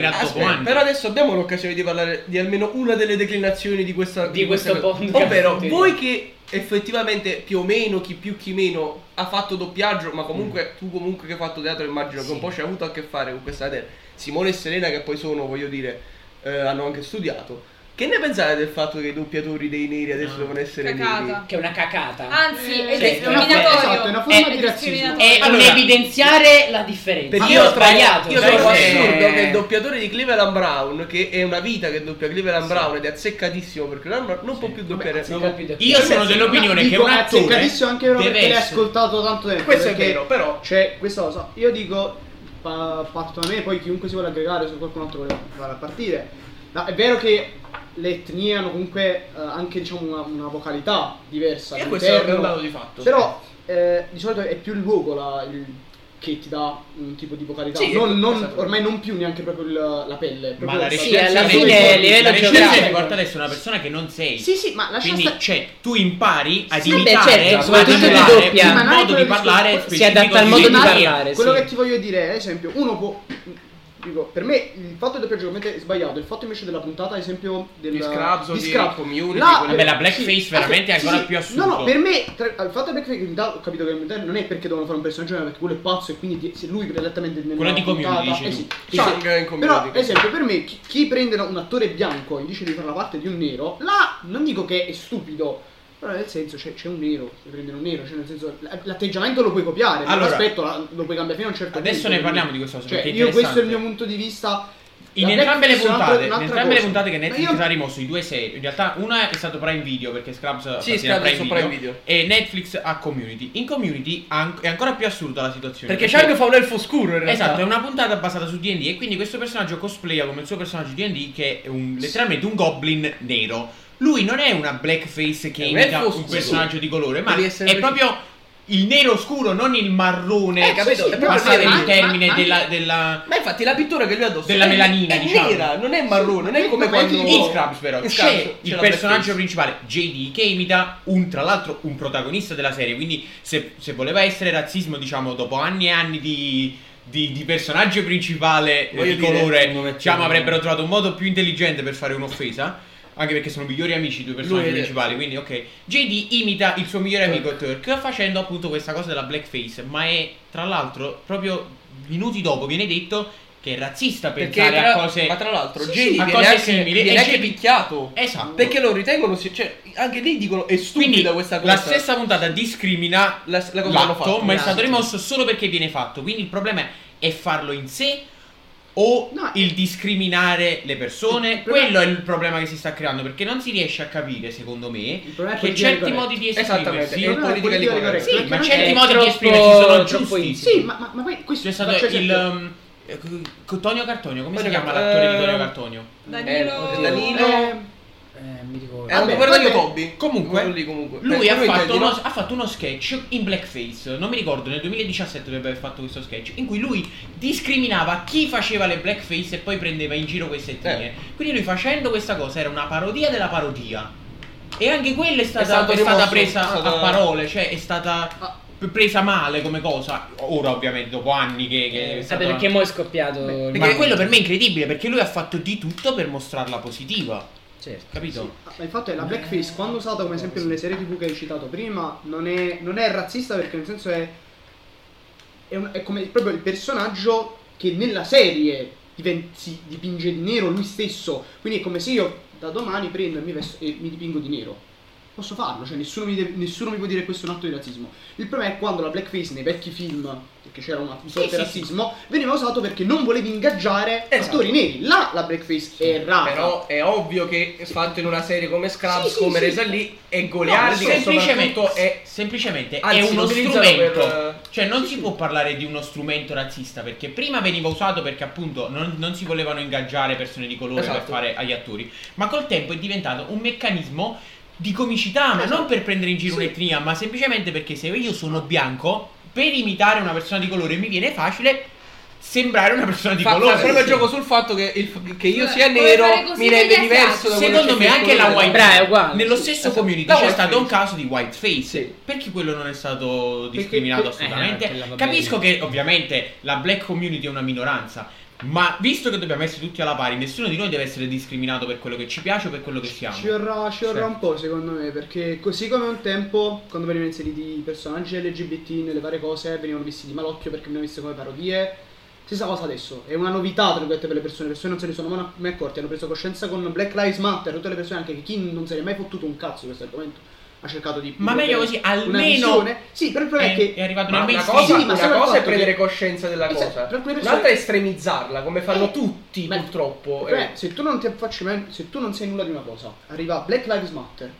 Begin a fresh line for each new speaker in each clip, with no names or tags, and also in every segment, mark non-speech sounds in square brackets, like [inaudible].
creato
Aspetta,
Bond.
però adesso abbiamo l'occasione di parlare di almeno una delle declinazioni di questa
Di questo
cosa.
podcast.
Ovvero, voi che effettivamente più o meno, chi più chi meno, ha fatto doppiaggio, ma comunque tu comunque che hai fatto teatro immagino che
Mm. Sì.
un po' ci hai avuto a che fare con questa idea. Simone e Serena che poi sono, voglio dire, eh, hanno anche studiato. Che ne pensate del fatto che i doppiatori dei neri adesso
Ah.
No.
devono essere neri?
Cagata.
Che è una cacata.
Ah,
Anzi, è
Sì,
esatto,
discriminatorio.
Eh, è una forma
È
di razzismo.
discriminatorio.
È
Allora-
un evidenziare la differenza.
Perché
io ho
io trovo-
sbagliato. cioè,
Io
sai
trovo
che-
assurdo che il doppiatore di Cleveland Brown, che è una vita che doppia Cleveland
Sì.
Brown ed è azzeccatissimo perché non, non può più doppiare.
sì,
non-
capito.
Io sono dell'opinione che
cioè, Dico,
un
anzi,
attore
capisco anche loro
deve
perché l'hai
essere-
ascoltato tanto tempo.
Questo è
perché
vero, però
Cioè, questa cosa, io dico, pa- parto da me, poi chiunque si vuole aggregare, se qualcun altro vuole far partire. Ma è vero che le etnie hanno comunque eh, anche diciamo una, una vocalità diversa.
E questo è un
all'interno.
dato di fatto.
Però eh, di solito è più il luogo la- il- che ti dà un tipo di vocalità.
Sì,
Non-
esatto,
non-
esatto.
ormai non più neanche proprio il- la pelle.
Ma la
proprio sta-
recensione
alla
sì,
fine
sì,
a
sì.
livello
la recensione
geografico.
ti porta ad essere una persona che non sei.
Sì, sì, ma lascia
Quindi,
stare.
cioè, tu impari ad
Sì, beh,
imitare
certo,
ad
soprattutto di
imitare
doppia.
un
Ma non è
modo di
quello
parlare
discorso.
specifico
Si adatta al
di
modo di
dire.
parlare.
Quello
sì.
che ti voglio dire, ad esempio, uno può. Dico, per me il fatto del doppiaggio completamente è sbagliato. Il fatto invece della puntata, ad esempio, del,
Di Scrubs o di Community,
là-
quelle-
Vabbè, la blackface veramente è
sì,
ancora
sì.
più assurdo.
No, no, per me tra- il fatto del blackface in realtà ho capito che in realtà non è perché devono fare un personaggio, ma perché quello è pazzo e quindi ti- se lui direttamente nella
Quello di Community,
puntata-
dici
eh
tu.
sì,
Sì,
cioè,
anche in
però,
Community.
ad esempio, per me chi, chi prende un attore bianco e dice di fare la parte di un nero, là non dico che è stupido, però nel senso c'è, c'è un nero, si prende un nero, cioè nel senso l- l'atteggiamento lo puoi copiare, ma
Allora,
l'aspetto la- lo puoi cambiare fino a un certo punto.
adesso ne
quindi-
parliamo di questa cosa,
Cioè,
perché è
io questo è il mio
interessante.
punto di vista.
In
La
entrambe, le
Blackface è un'altra-
puntate, in
un'altra
entrambe le
cosa.
puntate che
Ma
Netflix
io-
ha rimosso i due serie, in realtà una è stata Prime Video perché Scrubs
Sì,
appartiene a
Scrubs su Prime Video.
e Netflix ha Community. In Community an- è ancora più assurda la situazione.
Perché Chang fa un elfo scuro in realtà.
Esatto, è una puntata basata su D&D e quindi questo personaggio cosplaya come il suo personaggio di D&D che è un- letteralmente un goblin nero. Lui non è una blackface che
È un
imita
elfo
un
scuro.
personaggio di colore, ma
Devi essere
è
preciso.
proprio il nero scuro, non il marrone.
Eh, capito?
Sì,
È
sì,
proprio
passate
nero.
il
Ma-
termine
ma- ma-
della, della-
Ma infatti la pittura che lui ha addosso
Della
è,
melanina,
è
diciamo.
nera, non è marrone, non è
Sì,
come
ma poi
quando
ti-
In
Oh.
Scrubs però
In
c'è
Scrubs c'è
il
la
personaggio
blackface.
principale JD che imita un tra l'altro un protagonista della serie quindi se, se voleva essere razzismo diciamo dopo anni e anni di, di- di personaggio principale eh,
Voglio
di
dire,
colore
non mettiamo-
diciamo avrebbero trovato un modo più intelligente per fare un'offesa anche perché sono migliori amici i due personaggi
Lui è-
principali quindi ok JD imita il suo migliore amico Turk facendo appunto questa cosa della blackface ma è tra l'altro proprio minuti dopo viene detto che è razzista
Perché
pensare
tra,
a cose
ma tra l'altro
Sì,
Jedi
sì, a
viene
cose
anche,
simili.
viene
E
anche
Jedi-
picchiato.
Esatto.
Perché lo ritengono si- cioè anche lì dicono è stupida
Quindi
questa cosa.
la stessa puntata discrimina
la, la cosa l'hanno
l'atto,
fatto.
ma è
Esatto.
stato rimosso solo perché viene fatto. Quindi il problema è, è farlo in sé o
No,
il discriminare le persone.
il problema-
Quello è il problema che si sta creando perché non si riesce a capire, secondo me,
Il problema è
che
politica di
certi
corretto.
modi di
Esattamente,
esprimersi
è
No, no,
politica di
politica di
corretto.
corretto.
Sì,
Perché
ma
non
certi
è-
modi
troppo-
di esprimersi sono
troppo
giusti.
insieme.
Sì, ma, ma, ma poi questo
C'è stato
faccio
il
esempio.
um, eh, c- Tonio Cartonio, come si
Tonio
chiama
Car-
l'attore di
eh,
Tonio Cartonio?
Danilo.
Eh, Danilo.
Eh,
Eh, mi ricordo.
È un
Vabbè,
governo di
vabbè.
Toby.
Comunque,
Quello lì, comunque.
Lui
Perché
ha fatto,
intendi,
uno,
no?
ha fatto uno sketch in blackface, non mi ricordo, nel 2017 dovrebbe aver fatto questo sketch, in cui lui discriminava chi faceva le blackface e poi prendeva in giro queste
Eh.
etnie. Quindi lui facendo questa cosa era una parodia della parodia. E anche quella è stata,
stato
è stata
rimosso,
presa
è stata-
a parole, cioè è stata
Ah.
p- presa male come cosa. Ora ovviamente, dopo anni che... che è
Eh,
stata-
Vabbè, perché mo' è scoppiato.
Beh,
il
Ma
mondo.
quello per me è incredibile, perché lui ha fatto di tutto per mostrarla positiva,
Certo.
capito?
Ah, Ma il fatto è la blackface, quando usata come esempio nelle serie tv che hai citato prima, non è, non è razzista perché nel senso è. È, un- è come proprio il personaggio che nella serie diven- si dipinge di nero lui stesso. Quindi è come se io da domani prendo e mi, vesto- e mi dipingo di nero. Posso farlo, cioè nessuno mi, deve- nessuno mi può dire che questo è un atto di razzismo. Il problema è quando la blackface nei vecchi film, perché c'era una un sorta di
sì,
razzismo, veniva usato perché non volevi ingaggiare
Esatto.
attori neri. Là la blackface è rara.
Però è ovvio che fatto in una serie come Scrubs,
Sì, sì,
come
sì.
resa lì, è goliardica e soprattutto è...
semplicemente
anzi,
è uno
lo utilizzano
strumento.
per, eh,
Cioè, non si può parlare di uno strumento razzista perché prima veniva usato perché appunto non, non si volevano ingaggiare persone di colore per
Esatto.
fare agli attori. Ma col tempo è diventato un meccanismo di comicità, ma
Esatto.
non per prendere in giro
Sì.
un'etnia, ma semplicemente perché se io sono bianco, per imitare una persona di colore mi viene facile sembrare una persona di
Fa, fa
colore.
proprio
Sì.
gioco sul fatto che, il- che io
Cioè,
sia
vuole fare
nero
così
mi rende
negli
diverso da
altri.
quello
Secondo
che
me
c'è
anche la
solo
white
Bra, è uguale.
Nello
Sì,
stesso
esatto.
community
La
c'è
whiteface.
stato un caso di whiteface.
Sì.
Perché quello non è stato discriminato
Perché-
assolutamente?
eh, quella va bene.
Capisco che ovviamente la black community è una minoranza. Ma visto che dobbiamo essere tutti alla pari, nessuno di noi deve essere discriminato per quello che ci piace o per quello che siamo.
Ci vorrà, ci vorrà
Sì.
un po' secondo me, perché così come un tempo, quando venivano inseriti i personaggi LGBT nelle varie cose, venivano visti di malocchio perché venivano viste come parodie. Stessa cosa adesso, è una novità tra virgolette per le persone, le persone non se ne sono mai- mai accorte, hanno preso coscienza con Black Lives Matter, tutte le persone, anche chi non se ne è mai fottuto un cazzo di questo argomento, ha cercato di...
Ma meglio così,
una
almeno
visione. Sì, però il problema
è,
è che...
è arrivato
Ma
nel
una
mainstream.
cosa,
Sì, ma
una
solo il
cosa è
fatto
prendere
che-
coscienza della
Esatto,
cosa,
per alcune persone-
un'altra è estremizzarla, come fanno
Eh,
tutti
ma-
purtroppo.
Il problema
eh.
è, se tu non ti affacci mai- se tu non sai nulla di una cosa, arriva Black Lives Matter,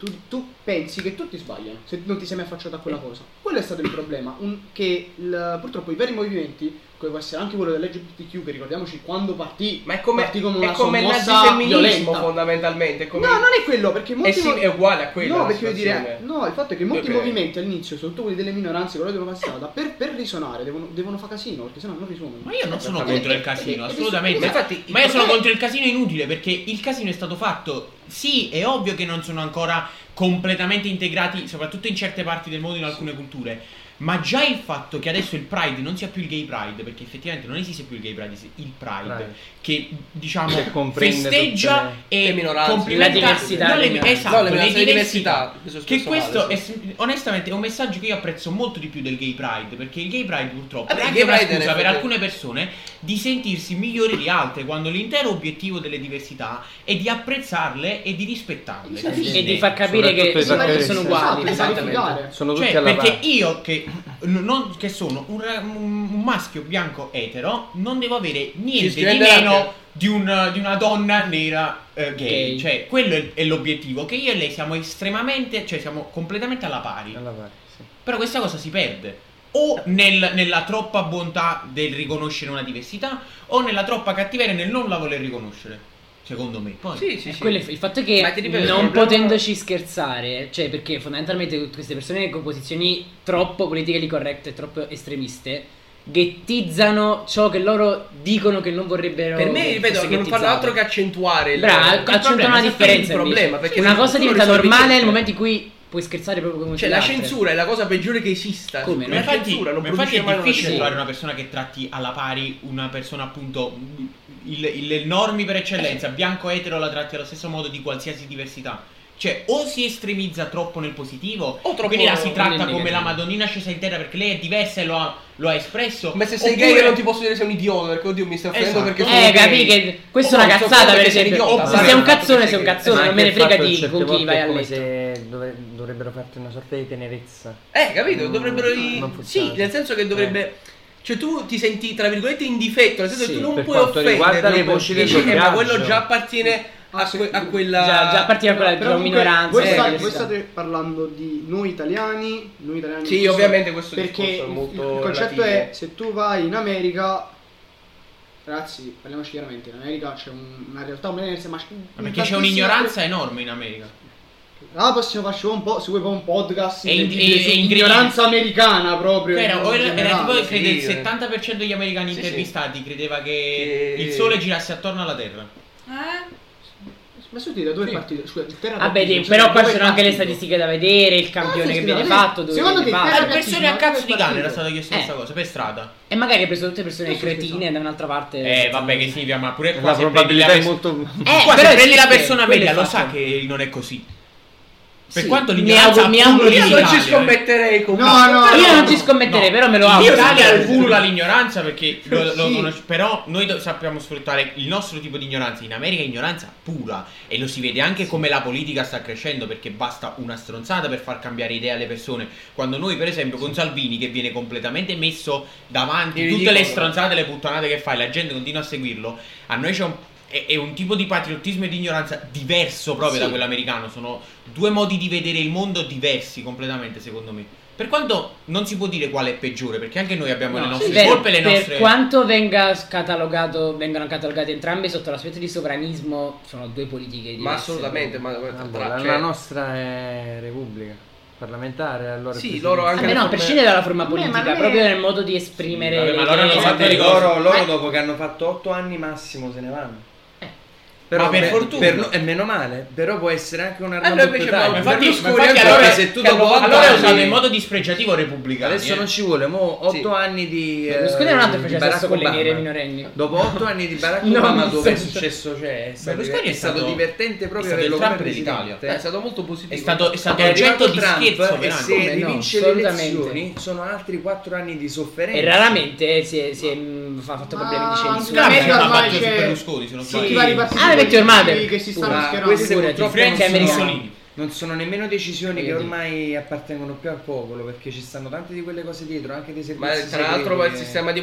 tu, tu pensi che tutti sbagliano se non ti sei mai affacciato a quella cosa. Quello è stato il problema, un- che il- purtroppo i veri movimenti, come può essere anche quello dell'LGBTQ, che ricordiamoci quando partì,
Ma è come,
partì come
è
una
come il
sommossa
nazifemminismo
violenta.
fondamentalmente. È come...
No, non è quello, perché
è,
molti...
sim-
mo-
è uguale a quello.
No,
la
perché voglio dire,
situazione.
no, il fatto è che molti
Ok.
movimenti all'inizio, soprattutto quelli delle minoranze, quello della passata, per, per risuonare devono, devono fare casino, perché sennò non risuonano.
Ma io non sono
Esattamente.
contro il casino,
Eh, eh,
assolutamente.
Ma infatti,
Ma io sono
il problema-
contro il casino inutile perché il casino è stato fatto. Sì, è ovvio che non sono ancora completamente integrati, soprattutto in certe parti del mondo, in alcune culture. Ma già il fatto che adesso il Pride non sia più il gay Pride, perché effettivamente non esiste più il gay Pride, il Pride,
Pride.
che diciamo
Che comprende
festeggia
tutte
e
le minoranze.
complimenta-
La diversità
no,
delle
le,
minoranze.
esatto,
No,
le
le minoranze di
diversità.
diversità, mi sono
Che
espresso
questo
male,
è
sì.
onestamente è un messaggio che io apprezzo molto di più del gay pride, perché il gay pride purtroppo
Vabbè,
è
il
anche
gay
una
pride
scusa
era
per
effettivo-
alcune persone di sentirsi migliori di altre, quando l'intero obiettivo delle diversità è di apprezzarle e di rispettarle.
Sì, sì,
Fine.
E di far capire
Soprattutto
che
i
sono
vaccini.
persone uguali.
Esatto,
esattamente.
esatto.
Sono tutti
Cioè,
alla
perché
pari.
io che, n- non- che sono un, ra- un maschio bianco etero non devo avere niente di
scriverebbe anche-
meno di, un- di una donna nera eh, gay.
Gay.
Cioè, quello è, è l'obiettivo, che io e lei siamo estremamente, cioè siamo completamente alla pari.
Alla pari, sì.
Però questa cosa si perde. O nel- nella troppa bontà del riconoscere una diversità, o nella troppa cattiveria nel non la voler riconoscere. Secondo me. Poi,
Sì, sì, sì.
Quello è il fatto è
Ma ti
che
ripeto,
non
il problema-
potendoci scherzare, cioè perché fondamentalmente queste persone con posizioni troppo politically correct e troppo estremiste ghettizzano ciò che loro dicono che non vorrebbero
Per me,
che
ripeto,
fosse
non fanno
ghettizzato.
altro che accentuare il, cioè,
Brava,
il
accentuano
problema,
la
sì,
differenza
il problema,
invece.
perché
una
se
cosa
tu non
diventa
risolvi
normale nel
questo-
momento in cui puoi scherzare proprio come
Cioè,
tutte
la
le altre.
censura è la cosa peggiore che esista.
Come?
Ma
La
infatti,
censura non
ma infatti
produce
è
mai una
difficile
censura.
trovare una persona che tratti alla pari una persona appunto mh, il, il normi per eccellenza, bianco etero la tratti allo stesso modo di qualsiasi diversità. Cioè, o si estremizza troppo nel positivo,
O troppo
quindi la si
nel
tratta
negativo.
come la Madonnina scesa in terra perché lei è diversa e lo ha, lo ha espresso.
Ma se sei
oppure-
gay non ti posso dire sei un idiota, perché oddio mi stai offendendo
Esatto.
perché sono
Eh,
gay.
capì che questa è
Oh,
una
non so
cazzata
come
per
sei
esempio.
idiotto,
se
pare,
sei un
ma non
cazzone,
so
sei un
che-
Ma
cazzone, non
anche
me ne
il
frega
fatto che
di
certe
con chi
volte
vai
è
a
come
letto.
se dovre- dovrebbero farti una sorta di tenerezza.
Eh, capito?
Mm,
Dovrebbero. i-
non funziona. Eh.
Sì, nel senso che dovrebbe. Cioè, tu ti senti, tra virgolette, in difetto, nel senso
Sì,
che tu non
per
puoi
quanto riguarda
offenderlo
le voci del
dici, eh, ma quello
doppiaggio.
già appartiene a,
Ah, sì.
que- a quella.
Già, già a partire da quella
Però
della
comunque
diciamo minoranza.
Voi,
eh,
state, voi
questa-
state parlando di noi italiani, noi italiani.
Sì, ovviamente questo
perché
discorso è
il-
molto
il concetto
relativo.
è se tu vai in America, ragazzi, parliamoci chiaramente, in America c'è un- una realtà diversa, ma,
Ma perché c'è un'ignoranza
eh.
enorme in America.
Ah, possiamo farci un po', se vuoi un podcast
E in-
di-
e-
di-
e
di
in-
ignoranza americana proprio.
Era,
in
era- era
generale.
tipo che crede
sì.
il 70% degli americani
Sì, sì.
intervistati credeva che
Che-
il sole girasse attorno alla Terra.
Eh?
Ma senti da dove è
Sì.
partito? Scusa, il terra
Vabbè,
partito,
sì,
cioè,
però poi
dove
ci
è
sono anche le
partito?
statistiche da vedere, il campione
Ah, sì,
che viene
sì,
fatto, dove
secondo
viene
te il
fatto.
A
ragazzi,
Ah, persone
ma
a cazzo
dove
di
è
cane
partito?
era stata chiesta
Eh.
questa cosa, per strada.
E magari hai preso tutte persone
Io sono
cretine da un'altra parte.
Eh, vabbè, che significa, ma pure qua
La
se prendi
probabilità
la
è
pers- [laughs]
molto.
Eh,
qua se
però
prendi la
esiste,
persona
quello è
media lo
fatto.
sa che non è così. Per
Sì,
quanto
mi
l'ignoranza
auguro- mi
ha pullo
auguro di
Io
sì.
non
l'Italia,
ci
eh.
scommetterei con
No,
questo,
no,
però-
Io non ci scommetterei, però me lo auguro.
Io dare al culo l'ignoranza perché lo- lo
Sì.
conosce- però noi do- sappiamo sfruttare il nostro tipo di ignoranza. In America è ignoranza pura e lo si vede anche come la politica sta crescendo perché basta una stronzata per far cambiare idea alle persone. Quando noi, per esempio, con Salvini che viene completamente messo davanti
Il
tutte le
ridicolo.
stronzate, le puttanate che fa e la gente continua a seguirlo, a noi c'è un è è un tipo di patriottismo e di ignoranza diverso proprio da
Sì.
quello americano. Sono due modi di vedere il mondo diversi completamente, secondo me. Per quanto non si può dire quale è peggiore, perché anche noi abbiamo le
No,
nostre
sì, per-
colpe, le nostre.
Per quanto venga catalogato, vengano catalogate entrambe sotto l'aspetto di sovranismo, sono due politiche diverse.
Ma assolutamente, ma.
Vabbè,
tra-
la,
cioè-
la nostra è repubblica parlamentare, allora.
Sì,
è
loro
presidenza.
anche-
Vabbè, no, a
come-
prescindere dalla forma
Beh, ma
politica,
non è-
proprio nel modo di esprimere.
Vabbè, ma loro hanno
le-
fatto
Infatti
i
le-
gol.
loro, loro
Ma-
Eh.
dopo che hanno fatto 8 anni massimo se ne vanno.
Ma per fortuna.
no- e meno male, però può essere anche un
noi
arma molto
invece
tale.
abbiamo-
Eh, Ma infatti,
Berlusconi
ma infatti
ancora,
allora,
se tu
che
dopo
hanno-
otto
allora è
anni-
usato in modo dispregiativo eh. repubblicano.
Adesso non ci vuole, mo 8 anni di eh,
Berlusconi non ha tanto
di
faceva
Barack
sesso con le
Obama.
nere minorenni.
Dopo 8 anni di Barack
No,
Obama
nel
dove è
senso-
successo, cioè è stato,
Berlusconi
è
è
stato
stato-
divertente
è
proprio
stato il
averlo
Trump
come
dell'Italia.
presidente.
è stato molto positivo.
È stato, è stato
È
oggetto
arrivato
di
Trump
scherzo per anni.
e se
Come no,
rivince le
assolutamente.
elezioni sono altri 4 anni di sofferenza.
E raramente eh, si è, si è, mh, fa- fatto problemi di
Ma-
censura.
La
Scambio
merda
l'ha
ormai
fatto su
c'è-
Berlusconi, se non
Sì.
Tutti i
sbaglio.
vari partiti
Ah, le vecchie
politici
ormate.
che si
Pure.
stanno
Ma
schierando.
queste
Figurati,
purtroppo
Frank
non
Emery
sono,
Mussolini.
non sono nemmeno decisioni
Voglio
che
dire.
ormai appartengono più al popolo perché ci stanno tante di quelle cose dietro, anche dei servizi.
Ma tra
segreti
l'altro poi il
che-
sistema di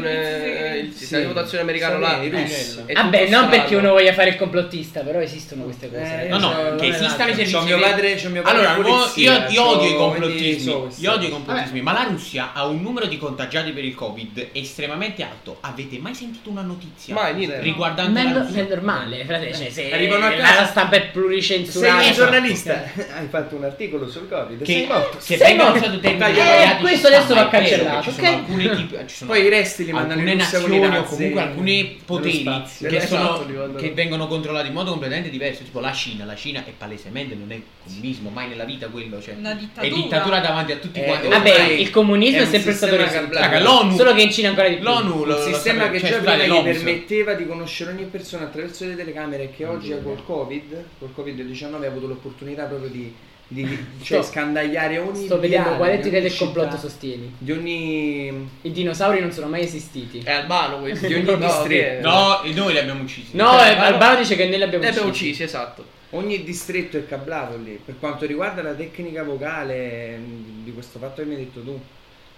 votazione il
Sì.
sistema di votazione americano
Sì,
là
i
russi.
è tutto
Vabbè, non
strano.
perché uno voglia fare il complottista, però esistono queste cose.
Eh,
No, no,
c'ho- non
che
è
esistano
l'altro.
i servizi
C'ho mio
segreti-
padre, c'ho mio padre
Allora,
in
uo-
polizia,
io, io odio i
c'ho- quindi so
complottismi.
questo.
Io odio i complottismi. Ma la Russia ha un numero di contagiati per il Covid estremamente alto. Avete mai sentito una notizia
Mai, niente.
riguardante
Ma è,
la
no-
Russia?
è normale, frate, cioè, se
Arrivano a
la
casa-
stampa è
Sei
pluricensurata.
un giornalista, [laughs] hai fatto un articolo sul Covid, sei
Che
morto.
se
Sei
vengono
morto.
usati dei
Eh,
reati,
questo
ci sta,
adesso
ma è vero
va cancellato,
che ci sono
ok?
alcuni tipi- ci sono
Poi i resti li mandano
alcune
in Russia con i
nazioni o
razzi,
comunque
nello
alcuni poteri
spazio.
che,
Esatto,
sono-
li mandano.
che vengono controllati in modo completamente diverso tipo la Cina la Cina è palesemente non è comunismo mai nella vita quello cioè,
Una
è
dittatura.
dittatura davanti a tutti
Eh,
quanti
Vabbè,
Ormai
il comunismo
è
è,
un
sempre stato
sistema
risolto.
che-
Raga, l'ONU
Solo che in Cina ancora di più.
l'ONU
Un
lo- lo
sistema
sapete,
che
cioè,
già
scusate,
prima gli
l'OMS.
permetteva di conoscere ogni persona attraverso le telecamere e che oggi col Covid, col Covid-19 ha avuto l'opportunità proprio di, di- cioè,
Sto-
scandagliare ogni
Sto vedendo
viale,
quale
ogni
teoria del
città,
complotto sostieni.
di ogni
I dinosauri non sono mai esistiti.
È albano questo.
Di ogni
No,
distretto.
che-
no e noi li abbiamo uccisi
No,
Cioè,
eh,
ma-
Albano dice che noi li abbiamo
Li abbiamo
uccisi.
uccisi, esatto.
Ogni distretto è cablato lì. Per quanto riguarda la tecnica vocale, mh, di questo fatto che mi hai detto tu,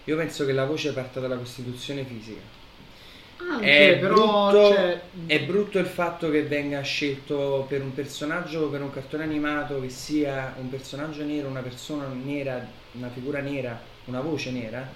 io penso che la voce parta dalla costituzione fisica.
Anche,
È,
Ah, però
brutto,
cioè,
è brutto il fatto che venga scelto per un personaggio, per un cartone animato, che sia un personaggio nero, una persona nera, una figura nera, una voce nera.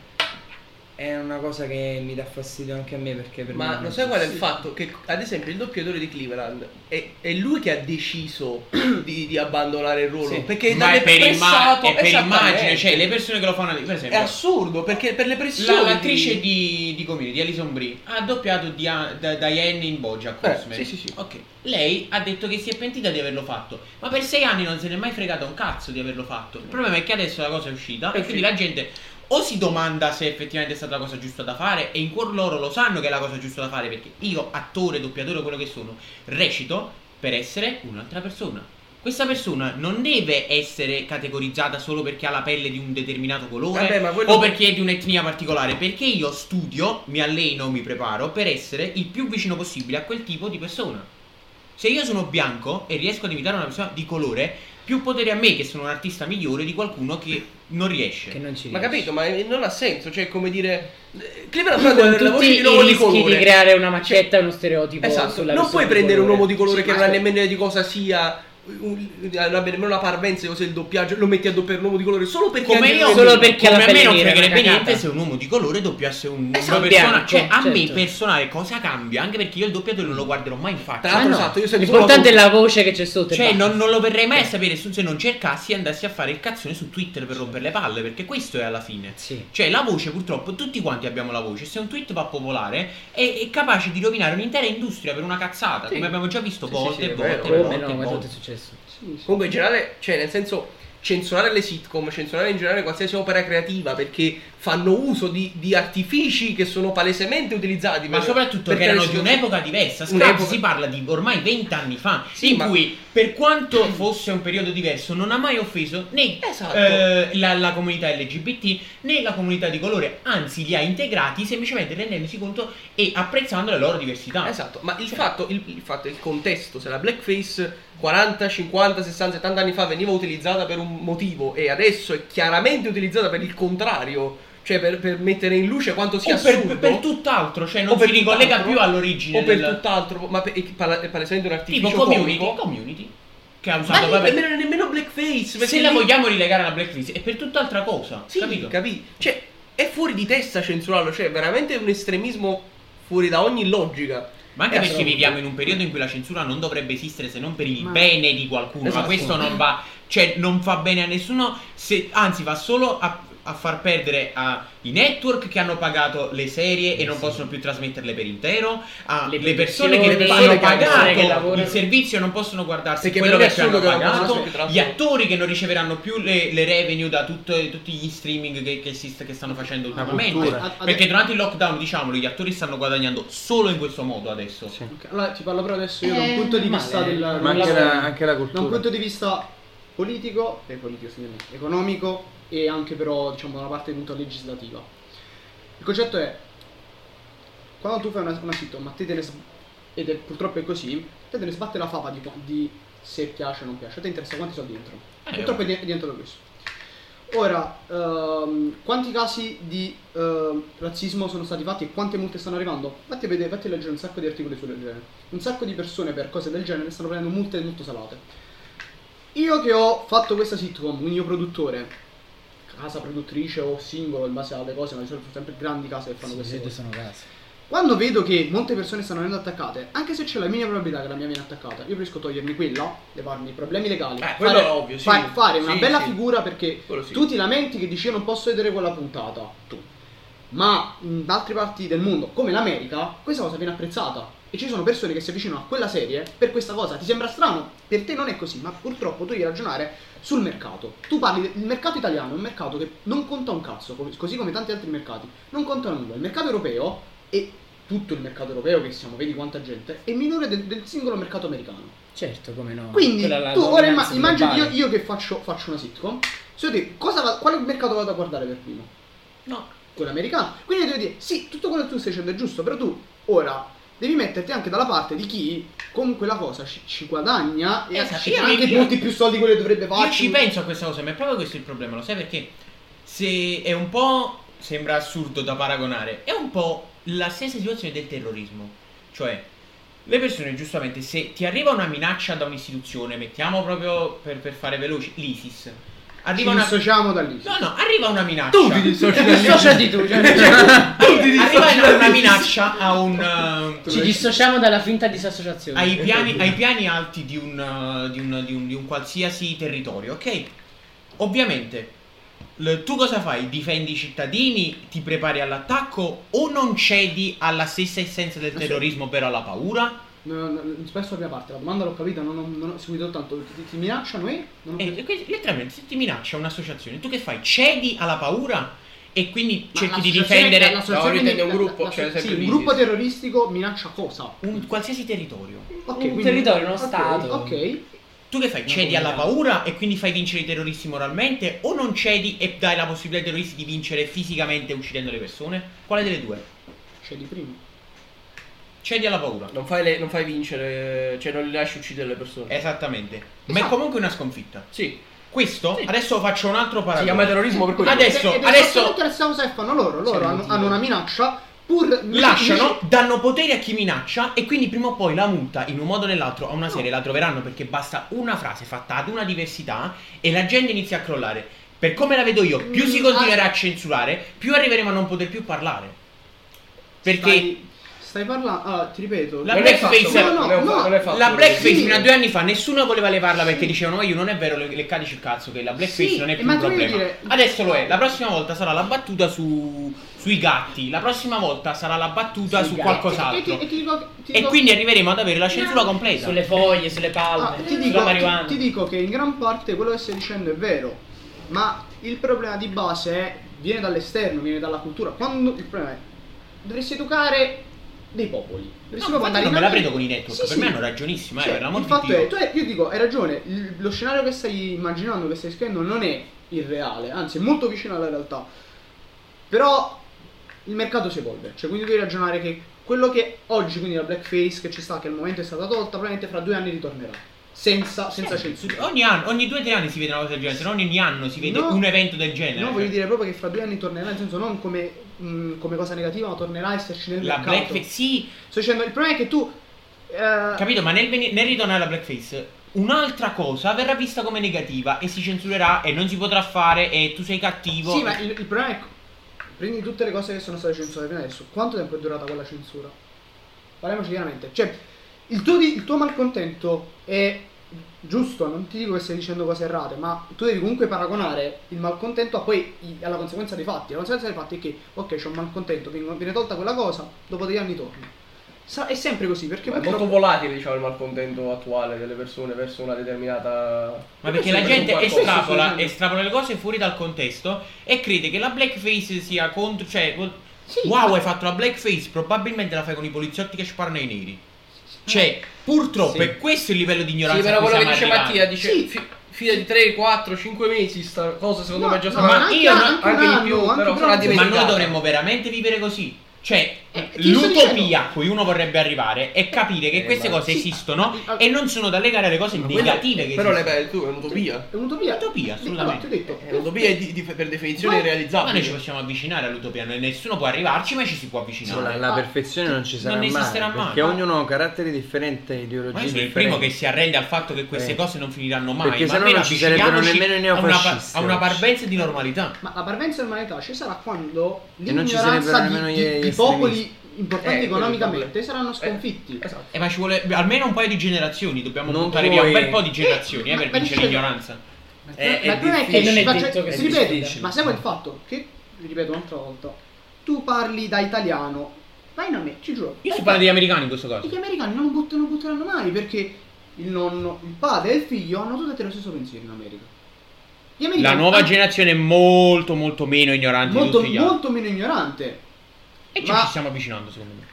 È una cosa che mi dà fastidio anche a me perché per me
Ma
è
lo sai qual è il
giusto.
fatto? Che ad esempio il doppiatore di Cleveland è, è lui che ha deciso [clears throat] di, di abbandonare il ruolo.
Sì.
Perché
ma è per, imma-
pressato-
è per
esattamente.
immagine cioè le persone che lo fanno per
È
esempio
assurdo perché per le
la-
pressioni. Eh,
l'attrice di, di Community, di Alison Brie, ha doppiato Dia- da- Diane in Bojack
Eh,
Horseman.
sì, sì, sì.
Ok. Lei ha detto che si è pentita di averlo fatto, ma per sei anni non se n'è mai fregata un cazzo di averlo fatto. Il problema è che adesso la cosa è uscita
Eh,
e quindi la gente o si domanda se effettivamente è stata la cosa giusta da fare e in cuor loro lo sanno che è la cosa giusta da fare perché io, attore, doppiatore, quello che sono, recito per essere un'altra persona. Questa persona non deve essere categorizzata solo perché ha la pelle di un determinato colore
Eh
Vabbè, ma
Oh.
quello-
o perché è di un'etnia particolare, perché io studio, mi alleno, mi preparo per essere il più vicino possibile a quel tipo di persona. Se io sono bianco e riesco ad imitare una persona di colore, più potere a me che sono un artista migliore di qualcuno che non riesce.
Che non ci
Ma
riesce.
capito, ma eh, non ha senso, cioè come dire eh, Cleveland Brown deve
Con
avere la voce
tutti
di
i
un uomo di
rischi
colore.
di creare una macetta e uno stereotipo
esatto,
sulla
non
persona
puoi prendere un uomo di colore
Sì,
che
ma
non ha
aspetta.
nemmeno idea di cosa sia un- non abbia nemmeno la parvenza di cos'è il doppiaggio, lo metti a doppiare un uomo di colore solo perché
Come
ha-
io,
Solo perché
come
la
a me
pelle
non
nera è una
fregherebbe
cagata.
niente se un uomo di colore doppiasse un
Esatto,
una persona.
bianco,
cioè, a me
certo.
me personale cosa cambia? Anche perché io il doppiatore non lo guarderò mai in faccia.
Tra l'altro,
Ma Ah, no,
esatto, io sento solo
L'importante è
la
la voce che c'è sotto. e
Cioè,
basta.
non, non lo verrei mai a sapere su- se non cercassi e andassi a fare il cazzone su Twitter per rompere le palle, perché questo è alla fine.
Sì.
Cioè, la voce, purtroppo, tutti quanti abbiamo la voce. Se un tweet va popolare, è, è capace di rovinare un'intera industria per una cazzata,
Sì.
come abbiamo già visto
Sì,
volte
sì, sì,
e
è
volte e
vero.
Come
volte.
no,
e
guarda quanto
volte.
è successo.
sì, sì.
Comunque in generale, cioè nel senso censurare le sitcom, censurare in generale qualsiasi opera creativa perché fanno uso di, di artifici che sono palesemente utilizzati
Ma
per-
soprattutto
per
che erano di
creare-
un'epoca diversa. Scrubs
Un'epoca-
si parla di ormai 20 anni fa,
Sì,
in
ma-
cui per quanto fosse un periodo diverso, non ha mai offeso né
Esatto.
eh, la, la comunità LGBT né la comunità di colore, anzi li ha integrati semplicemente rendendosi conto e apprezzando la loro diversità.
Esatto, ma il fatto, il, il fatto, il contesto, se la blackface 40, 50, 60, 70 anni fa veniva utilizzata per un motivo e adesso è chiaramente utilizzata per il contrario, cioè per, per mettere in luce quanto sia
O per,
assurdo.
per- per tutt'altro, cioè
o
non
per
si ricollega
tutt'altro,
più all'origine
o per
del-
tutt'altro, ma per, è pala- è palesemente un artificio
tipo community,
comico.
community che ha
Ma
usato
lì
vabbè,
per me non è nemmeno blackface, perché
se la
lì-
vogliamo rilegare alla blacklist è per tutt'altra cosa,
Sì,
capito?
capito? Cioè, è fuori di testa censurarlo, cioè è veramente un estremismo fuori da ogni logica.
Ma anche
Eh,
perché
sono-
viviamo in un periodo in cui la censura non dovrebbe esistere se non per il
Ma-
bene di qualcuno. Ma
Esatto.
questo non va, cioè non fa bene a nessuno, se- anzi va solo a a far perdere ai network che hanno pagato le
Eh
serie e non possono più trasmetterle per intero, a
Le
le, persone che
produzioni,
le
le
hanno
persone che
pagato
lavorano.
il servizio e non possono guardarsi
Perché
quello
per me
che
è
hanno
assurdo che non
pagato,
possono più
gli
trasmettere.
attori che non riceveranno più le, le revenue da tutte- tutti gli streaming che, che esist- che stanno facendo
La
ultimamente.
cultura.
Ad- ad-
Perché durante il lockdown, diciamolo, gli attori stanno guadagnando solo in questo modo adesso.
Sì.
Ok, Allora ti parlo però adesso io da
Eh,
un punto di
male.
vista del
Ma
del
anche
lavoro.
la, anche la
da un
cultura.
punto di vista politico, eh, politico scusami, economico e anche però diciamo da una parte appunto legislativa. Il concetto è quando tu fai una, una sitcom, ma te te ne s- ed è purtroppo è così, te te ne sbatte la fava di, di se piace o non piace, a te interessa quanti soldi entrano.
Eh,
Purtroppo è di- è diventato questo. Ora, ehm, quanti casi di ehm, razzismo sono stati fatti e quante multe stanno arrivando? Vatti a vedere, vatti a leggere un sacco di articoli sul genere. Un sacco di persone per cose del genere stanno prendendo multe molto salate. Io che ho fatto questa sitcom, un mio produttore, casa produttrice o singolo in base alle cose, ma di solito sono sempre grandi case che fanno
Sì,
queste
sì,
cose.
sono case.
Quando vedo che molte persone stanno venendo attaccate, anche se c'è la minima probabilità che la mia viene attaccata, io riesco a togliermi quella, levarmi i problemi legali,
Eh, quello è ovvio, sì.
fa- fare una
Sì,
bella
sì.
figura perché
Quello sì.
tu ti lamenti che dici io non posso vedere quella puntata, tu. Ma in altre parti del mondo, come l'America, questa cosa viene apprezzata. E ci sono persone che si avvicinano a quella serie per questa cosa. Ti sembra strano? Per te non è così, ma purtroppo tu devi ragionare sul mercato. Tu parli del il mercato italiano, è un mercato che non conta un cazzo, co- così come tanti altri mercati. Non conta nulla. Il mercato europeo e tutto il mercato europeo, che siamo, vedi quanta gente, è minore del- del singolo mercato americano.
Certo, come no.
Quindi
Quella è la
tu ora imma-
dominanza
immagini io,
globale.
io che faccio, faccio una sitcom, se io dico cosa va- quale mercato vado a guardare per primo?
No.
Quello americano. Quindi io devo dire, sì, tutto quello che tu stai dicendo è giusto, però tu ora devi metterti anche dalla parte di chi con quella cosa ci, ci guadagna e
Esatto,
ci
io
fa anche
mi-
molti più soldi di quelli che dovrebbe fare.
Io ci penso a questa cosa, ma è proprio questo il problema, lo sai perché? Se è un po'. sembra assurdo da paragonare, è un po' la stessa situazione del terrorismo. Cioè, le persone giustamente, se ti arriva una minaccia da un'istituzione, mettiamo proprio per, per fare veloci, l'ISIS. Arriva una.
dissociamo da lì.
No, no, arriva una minaccia.
Tu ti dissociali.
Dissociati tu,
[laughs]
cioè,
arriva una- una minaccia a un. eh,
ci dissociamo dalla finta disassociazione.
ai piani, ai piani alti di un, uh, di un- di un- di un qualsiasi territorio, ok? Ovviamente, l- tu cosa fai? Difendi i cittadini, ti prepari all'attacco o non cedi alla stessa essenza del
Eh sì.
terrorismo, però alla paura?
No, no, no, spesso la mia parte, la domanda l'ho capita, non ho, non ho seguito tanto. Ti, ti minacciano e non ho
Eh, E,
capito.
e quindi, letteralmente, se ti minaccia un'associazione, tu che fai? Cedi alla paura e quindi
Ma
cerchi di
l'associazione-
difendere
l'associazione
No, ritendi
di-
un gruppo,
la- la-
cioè,
sì,
sempre
un
l'ISIS.
gruppo terroristico minaccia cosa?
un qualsiasi territorio.
Ok,
Un
quindi-
territorio, uno
ok,
stato.
Ok,
Tu che fai?
Una
Cedi alla
comunità.
paura e quindi fai vincere i terroristi moralmente o non cedi e dai la possibilità ai terroristi di vincere fisicamente uccidendo le persone? Quale delle due?
c'è di prima.
Cedi alla paura.
Non fai, le- non fai vincere, cioè non li lasci uccidere le persone.
Eh. Esattamente. Ma è
Esatto.
comunque una sconfitta.
Sì,
Questo,
Sì.
adesso faccio un altro
si chiama
paragone.
terrorismo per quello.
Adesso-
Ed è esattamente la stessa cosa che fanno loro. Loro hanno,
motivo.
hanno una minaccia pur
Lasciano, danno potere a chi minaccia e quindi prima o poi la multa in un modo o nell'altro a una serie la troveranno perché basta una frase fatta ad una diversità e la gente inizia a crollare. Per come la vedo io, più si
Mm,
continuerà
ah.
a censurare, più arriveremo a non poter più parlare. Perché
Stai, stai parlando. Allora, ti ripeto.
La
Non è
blackface-
fatto,
no,
no, non è,
no,
non è fatto.
La blackface
Sì.
fino a due anni fa nessuno voleva levarla perché dicevano io non è vero le- leccateci il cazzo che la blackface
Sì,
non è più
ma
un
tu devi
problema.
dire-
Adesso lo è, la prossima volta sarà la battuta su- sui gatti, la prossima volta sarà la battuta
Sui
su
gatti.
e ti,
qualcos'altro.
e ti dico, ti
E
dico-
quindi arriveremo ad avere la censura completa.
Sulle foglie, sulle
ah,
palme,
ti,
sulla
dico,
marijuana.
ti dico che in gran parte quello che stai dicendo è vero. Ma il problema di base è- viene dall'esterno, viene dalla cultura. Quando il problema è. Dovresti educare dei popoli. Dovresti
No,
proprio
infatti
andare
non
in
me la
avanti-
prendo con i network,
Sì,
per
sì.
me hanno ragionissimo, eh,
Cioè,
per l'amor
il
di
fatto
Dio.
è, tu hai- io dico, hai ragione, il- lo scenario che stai immaginando, che stai scrivendo, non è irreale, anzi è molto vicino alla realtà. Però il mercato si evolve, cioè quindi devi ragionare che quello che oggi, quindi la blackface che ci sta, che al momento è stata tolta, probabilmente fra due anni ritornerà, senza, senza censura.
Ogni anno, ogni due o tre anni si vede una cosa del genere, se non ogni anno si vede
No.
un evento del genere.
No,
Cioè,
voglio dire proprio che fra due anni tornerà, nel senso non come, mh, come cosa negativa, ma tornerà a esserci nel
La
mercato.
blackface, sì,
Sto dicendo, il problema è che tu... eh,
Capito? Ma nel, veni- nel ritornare alla blackface, un'altra cosa verrà vista come negativa e si censurerà e non si potrà fare e tu sei cattivo.
Sì, ma il, il problema è. Prendi tutte le cose che sono state censurate fino adesso. Quanto tempo è durata quella censura? Parliamoci chiaramente. Cioè, il tuo, di- il tuo malcontento è giusto, non ti dico che stai dicendo cose errate, ma tu devi comunque paragonare il malcontento a poi i- alla conseguenza dei fatti. La conseguenza dei fatti è che, ok, c'è un malcontento, veng- viene tolta quella cosa, dopo degli anni torna. Sa- è sempre così, perché
È molto volatile, diciamo, il malcontento attuale delle persone verso una determinata.
Ma perché la
Sì,
gente
un qualcosa.
estrapola,
sì, sì.
estrapola le cose fuori dal contesto e crede che la blackface sia contro. Cioè, vol-
Sì,
wow,
ma-
hai fatto la blackface, probabilmente la fai con i poliziotti che sparano ai neri. Cioè, purtroppo
Sì.
è questo il livello di ignoranza
Sì, però
a cui
quello che
siamo
dice
arrivati.
Mattia dice
Sì.
fi- fila di 3, 4, 5 mesi sta cosa secondo
No,
me già
no,
sarà-
ma anche-
io no-
anche
anche un
di
anno,
più,
anche
però
un
sarà
anno.
Ma
diventata.
noi dovremmo veramente vivere così. Cioè,
Eh, ti sto dicendo.
l'utopia a cui uno vorrebbe arrivare è capire che
Eh,
queste
ma-
cose
sì.
esistono
Ah.
e non sono da legare alle cose
Ma quella-
negative che
Però le
esistono.
beh, tu è un'utopia.
È un'utopia.
Un'utopia,
Allora, ti ho
assolutamente.
detto,
È un'utopia di- di- per definizione
Ma-
Ma
irrealizzabile.
noi ci possiamo avvicinare all'utopia, non- nessuno può arrivarci, ma ci si può avvicinare.
la, la perfezione non ci sarà
Non
mai,
esisterà mai.
perché ognuno ha un carattere differente, ideologie
Ma io sono il
differenti.
primo che si arrende al fatto che queste
Eh.
cose non finiranno mai.
Perché
ma
sennò
almeno
non ci sarebbero
avviciniamoci
nemmeno i
a una par-
neofascisti
A una,
oggi.
parvenza di normalità.
Ma la parvenza della umanità ci sarà quando
E non ci
l'ignoranza
sarebbero
di,
nemmeno
di-
gli-
di
gli
popoli
Eh,
importanti
quello è il
economicamente
problema.
saranno
Eh,
sconfitti.
esatto.
Eh, ma ci vuole almeno un paio di generazioni. Dobbiamo
Non
buttare
puoi-
via un bel po' di generazioni eh,
Ma-
per
ma
vincere
dice-
l'ignoranza.
Ma
Eh,
il
è
problema è che
difficile.
ci
Non è
faccia-
detto che
si
sia
ripete,
difficile.
ma siamo il fatto che, ripeto un'altra volta, tu parli da italiano, vai in America, ci giuro.
Io
Vai
sto parlando
da-
degli americani in questo
e
caso.
gli americani non buttano, non butteranno mai perché il nonno, il padre e il figlio hanno tutti e tre lo stesso pensiero in America. Gli
La
americani
nuova
hanno-
generazione è molto, molto meno ignorante
molto,
di tutti gli altri.
molto meno ignorante.
E già
ma-
ci stiamo avvicinando, secondo me.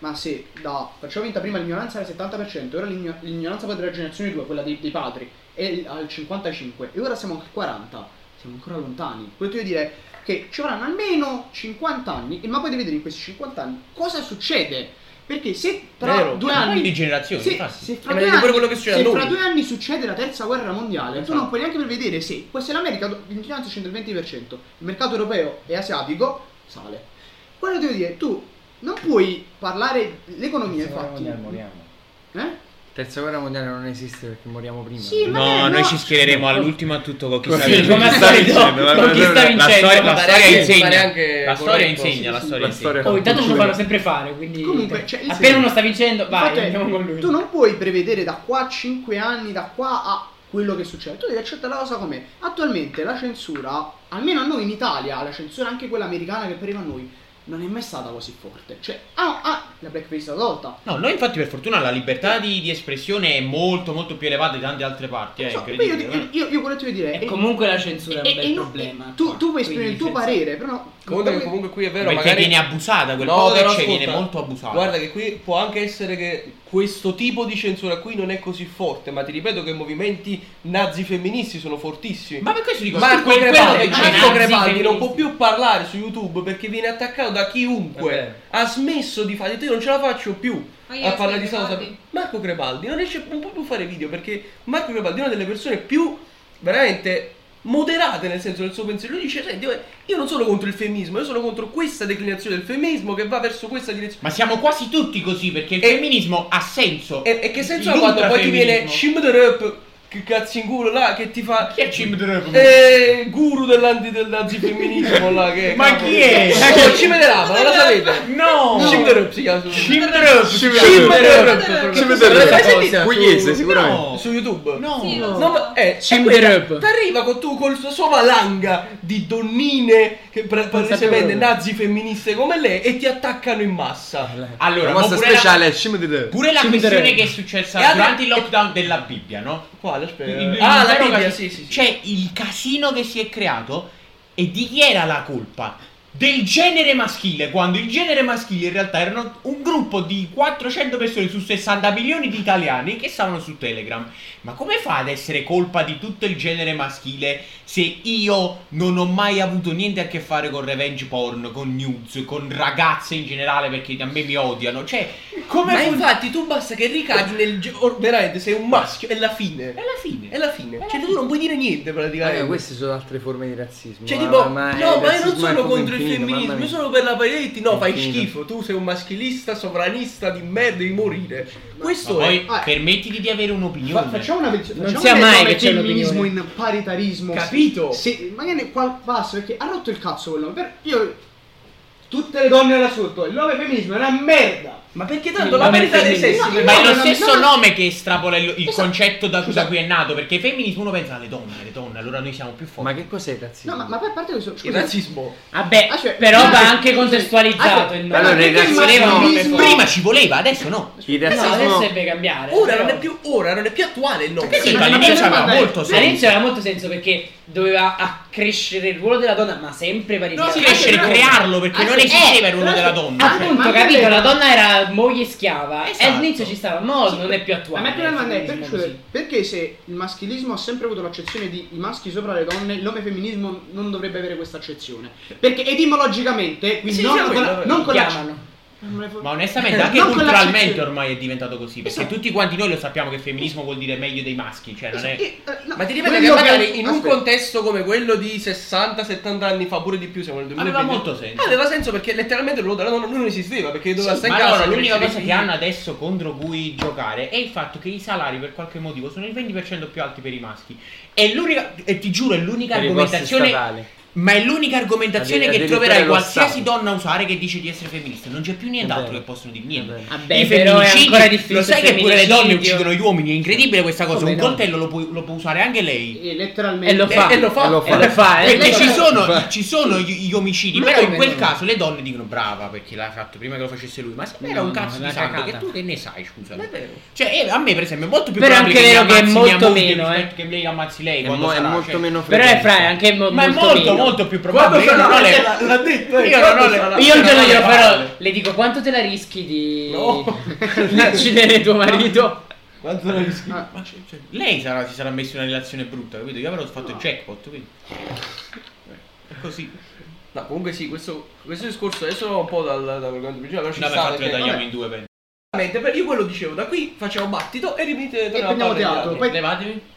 Ma se da perciò vinta prima l'ignoranza del 70%, ora l'igno- l'ignoranza poi della generazione 2, quella dei, dei padri, è il- al 55% e ora siamo al 40%, siamo ancora lontani. Quello che voglio dire è che ci vorranno almeno 50 anni, e- ma poi devi vedere in questi 50 anni cosa succede. Perché se tra
Vero,
due
un paio
anni
di generazioni,
se,
infatti.
se fra,
Ma
due
Eh, vedi pure quello
anni,
che succede
se
a noi.
fra due anni succede la terza guerra mondiale, tu
Esatto.
non puoi neanche prevedere se questa è l'America, do- l'ignoranza scende del 20%, il mercato europeo e asiatico sale. Quello che devo dire, tu non puoi parlare l'economia,
Se
infatti.
moriamo, moriamo.
Eh?
Terza guerra mondiale non esiste perché moriamo prima.
Sì, ma-
No,
no.
noi ci schiereremo all'ultimo a tutto con chi sta
Sì,
vincendo.
come al solito, con chi sta
La storia, la
vincendo.
Ma
storia
pare-
insegna.
pare anche
la storia
corretto.
insegna, la
Sì, sì,
storia
la
insegna.
storia-
Oh, intanto ce lo
Comunque-
fanno sempre fare, quindi
Comunque, cioè, il
appena
senso-
uno sta vincendo, vai,
Infatti,
andiamo con lui.
Tu non puoi prevedere da qua a 5 anni, da qua a quello che succede. Tu devi accettare la cosa com'è. Attualmente la censura, almeno a noi in Italia, la censura anche quella americana che arriva a noi, non è mai stata così forte. Cioè, ah, ah, la blackface è stata tolta.
No, noi infatti per fortuna la libertà di, di espressione è molto molto più elevata di tante altre parti, è
So, poi io,
incredibile.
io,
eh.
io, io quello che ti voglio dire
E
è
comunque la censura è
e-
un bel
e non-
problema.
Tu,
qua.
tu puoi
Quindi,
esprimere il tuo
senza-
parere, però no.
Comunque,
dopo-
comunque qui è vero,
Perché
magari
viene abusata, quel
No,
poco che
però
c'è viene
ascolta,
molto abusata.
Guarda che qui può anche essere che questo tipo di censura qui non è così forte, ma ti ripeto che i movimenti nazi femministi sono fortissimi.
Ma per questo dico,
Marco
quel- quello
Crepaldi,
che c'è
Marco
nazi-
Crepaldi non può
femministi.
più parlare su YouTube perché viene attaccato da chiunque.
Vabbè.
Ha smesso di fare, ha detto, io non ce la faccio più
Ma io
a
sono
parlare di sta cosa.
Crepaldi.
Marco Crepaldi non riesce non può più fare video perché Marco Crepaldi è una delle persone più veramente moderate nel senso del suo pensiero. Lui dice, senti, io non sono contro il femminismo, io sono contro questa declinazione del femminismo che va verso questa direzione.
Ma siamo quasi tutti così perché il
E-
femminismo ha senso.
E, e che senso ha
L'ultra
quando poi ti viene
femminismo.
Shim the Rap, che cazzo in culo là, che ti fa...
Chi è Jim Drop?
Eh, guru dell'anti del nazifemminismo là che...
Ma
cavolo.
chi è?
Ecco, Shim the Rap, non la sapete?
No!
Shim the Rap si chiama su,
Jim Drop!
Ci
Jim
vedremo.
Drop.
Drop.
Ci
L'hai sentita?
vedremo. Pugliese, sicuramente.
No!
su YouTube.
No!
Sì,
no.
lo so.
No, ma eh,
Jim
è quella-
the Rap.
T'arriva con tu col suo- sua valanga di donnine che pre- palesemente
proprio.
nazi femministe come lei e ti attaccano in massa.
Allora,
la
ma
mossa
pure la-
speciale è Cima di Te.
Pure la
Ci
questione
vedremo.
che è successa
E allora-
durante il lockdown della Bibbia, no?
Quale? Aspetta.
Il-
ah, la
l'intero
Bibbia,
casi-
sì, sì, sì.
C'è il casino che si è creato e di chi era la colpa? Del genere maschile, quando il genere maschile in realtà erano un gruppo di 400 persone su 60 milioni di italiani che stavano su Telegram. Ma come fa ad essere colpa di tutto il genere maschile se io non ho mai avuto niente a che fare con revenge porn, con nudes, con ragazze in generale perché a me mi odiano? Cioè, come
Ma
fun-
infatti tu basta che ricadi nel... ge- or- veramente sei un maschio, è la
È
fine.
la fine.
È la fine.
Eh, È la
Cioè tu
fine.
non puoi dire niente praticamente.
Vabbè, queste sono altre forme di razzismo.
Cioè,
ah,
tipo,
il
no, ma io non
razzismo è
sono
proprio
contro il
infinito, mamma
femminismo, io
mia.
sono per la parità. di- No, fai
Infinito.
schifo, tu sei un maschilista, sovranista di merda, devi morire.
Ma
Questo è.
poi
Ah,
permettiti di avere un'opinione.
Fa- facciamo una versione.
Non
facciamo
sia
un
mai
esame
che c'è
femminismo
un'opinione.
in paritarismo.
Capito?
Se, magari qual passo perché ha rotto il cazzo quell'uomo. Per, io tutte le donne l'ascolto. Il nome femminismo è una merda.
Ma perché tanto la
Ma
parità
perché-
dei sessi per
Ma è
no,
lo
no,
stesso
no.
nome che strapola il, il
Esatto.
concetto da,
Scusa.
da cui è nato. Perché i femminismo uno pensa alle donne, le donne, allora noi siamo più forti.
Ma che cos'è il razzismo?
No, ma, ma poi a parte questo.
il
Scusa,
razzismo.
Vabbè,
Ah, cioè-
però
Ah,
va anche
sì,
contestualizzato
sì.
il nome.
Allora, il
Perché
razzismo-
il
razzismo-
Prima ci voleva, adesso no.
Il
No,
razzismo...
adesso deve cambiare.
Ora
però-
non è più, ora non è più attuale il nome.
Perché sì,
ma-
all'inizio
ma-
c'aveva
ma-
molto senso.
All'inizio aveva molto senso perché doveva accrescere il ruolo della donna, ma sempre
Non
parecchio.
si riesce a
però-
crearlo perché
Ah,
non
sì,
esisteva
eh,
il ruolo
però-
della
ah,
donna. cioè.
Appunto,
Ma anche
capito?
lei-
La donna era moglie schiava e
Esatto.
all'inizio ci stava, mo non è più
Ma a
attuale. diciamo
me la domanda è per-
il
scusa,
femminismo
perché se il maschilismo ha sempre avuto l'accezione di i maschi sopra le donne, il nome femminismo non dovrebbe avere questa accezione? Perché etimologicamente, quindi
Sì,
non,
sì,
con,
quello-
la- non con
così.
la-
Chiamano.
non me ne fo-
Ma onestamente anche
Non con
culturalmente
l'accezione.
ormai è diventato così. Perché
Esatto.
tutti quanti noi lo sappiamo che il femminismo vuol dire meglio dei maschi. Cioè, non è.
Eh, eh, no,
Ma ti ripeto che
quello
magari in un
aspetta.
contesto come quello di 60-70 anni fa, pure di più, siamo nel 2020.
Aveva molto senso.
Aveva senso perché letteralmente il ruolo della donna non esisteva, perché doveva
Sì,
stare
ma
in casa.
allora, l'unica
crescere
cosa
i
che
figli.
hanno adesso contro cui giocare è il fatto che i salari per qualche motivo sono il 20% più alti per i maschi. È l'unica, e ti giuro, è l'unica
per i posti
argomentazione.
statali.
Ma è l'unica argomentazione
Addir-
che
addirittura
troverai
lo
qualsiasi
Stato.
donna a usare che dice di essere femminista. Non c'è più nient'altro
vero.
che possono dire
È
niente.
vero.
Vabbè,
I
però è
femminicidi,
ancora difficile.
Lo sai che pure le donne
femminicidio.
uccidono gli uomini, è incredibile questa cosa.
Come
Un
no?
coltello lo può, lo può usare anche lei.
Eh, letteralmente
E lo fa.
E- e lo fa.
E lo fa.
E lo fa, eh.
Perché
lei-
ci
lei-
[laughs]
sono, ci sono gli, gli omicidi,
Ma
però in
come
quel
no?
caso le donne dicono brava perché l'ha fatto prima che lo facesse lui. Ma se era
No,
un cazzo
no,
di
una
sangue,
cagata.
che tu che ne sai, scusa.
Ma è vero.
Cioè, eh, a me per esempio è molto più
Però è
probabile
anche
che mi
vero che è
ammazzi
molto
mia moglie
meno, eh.
rispetto che mi ammazzi lei
È,
quando
mo- è
sarà,
molto
cioè.
meno
Però è
frequente.
fra, è anche mo-
Ma è
molto,
molto,
meno.
molto più
Quando
probabile. Io
sarà,
non ho le-
l'ha- l'ha detto, eh,
Io
quando
non ho le
sarà.
Io il
non
giorno
ho le
glielo farò.
palle.
Le dico quanto te la rischi di
No.
[laughs] di uccidere tuo marito?
Quanto sono rischi?
Ah,
Ma c- cioè, lei sarà- si sarà messa in una relazione brutta, capito? Io avrò fatto il jackpot,
[laughs]
quindi. Eh, È così.
No, comunque sì, questo, questo discorso adesso un po' dal, dall'argomento principale, però ci
Vabbè,
sta
infatti lo
perché-
tagliamo
vabbè,
in due, penso.
veramente, perché io quello dicevo, da qui facciamo battito e rimanete
prendiamo teatro. Poi-
Levatevi.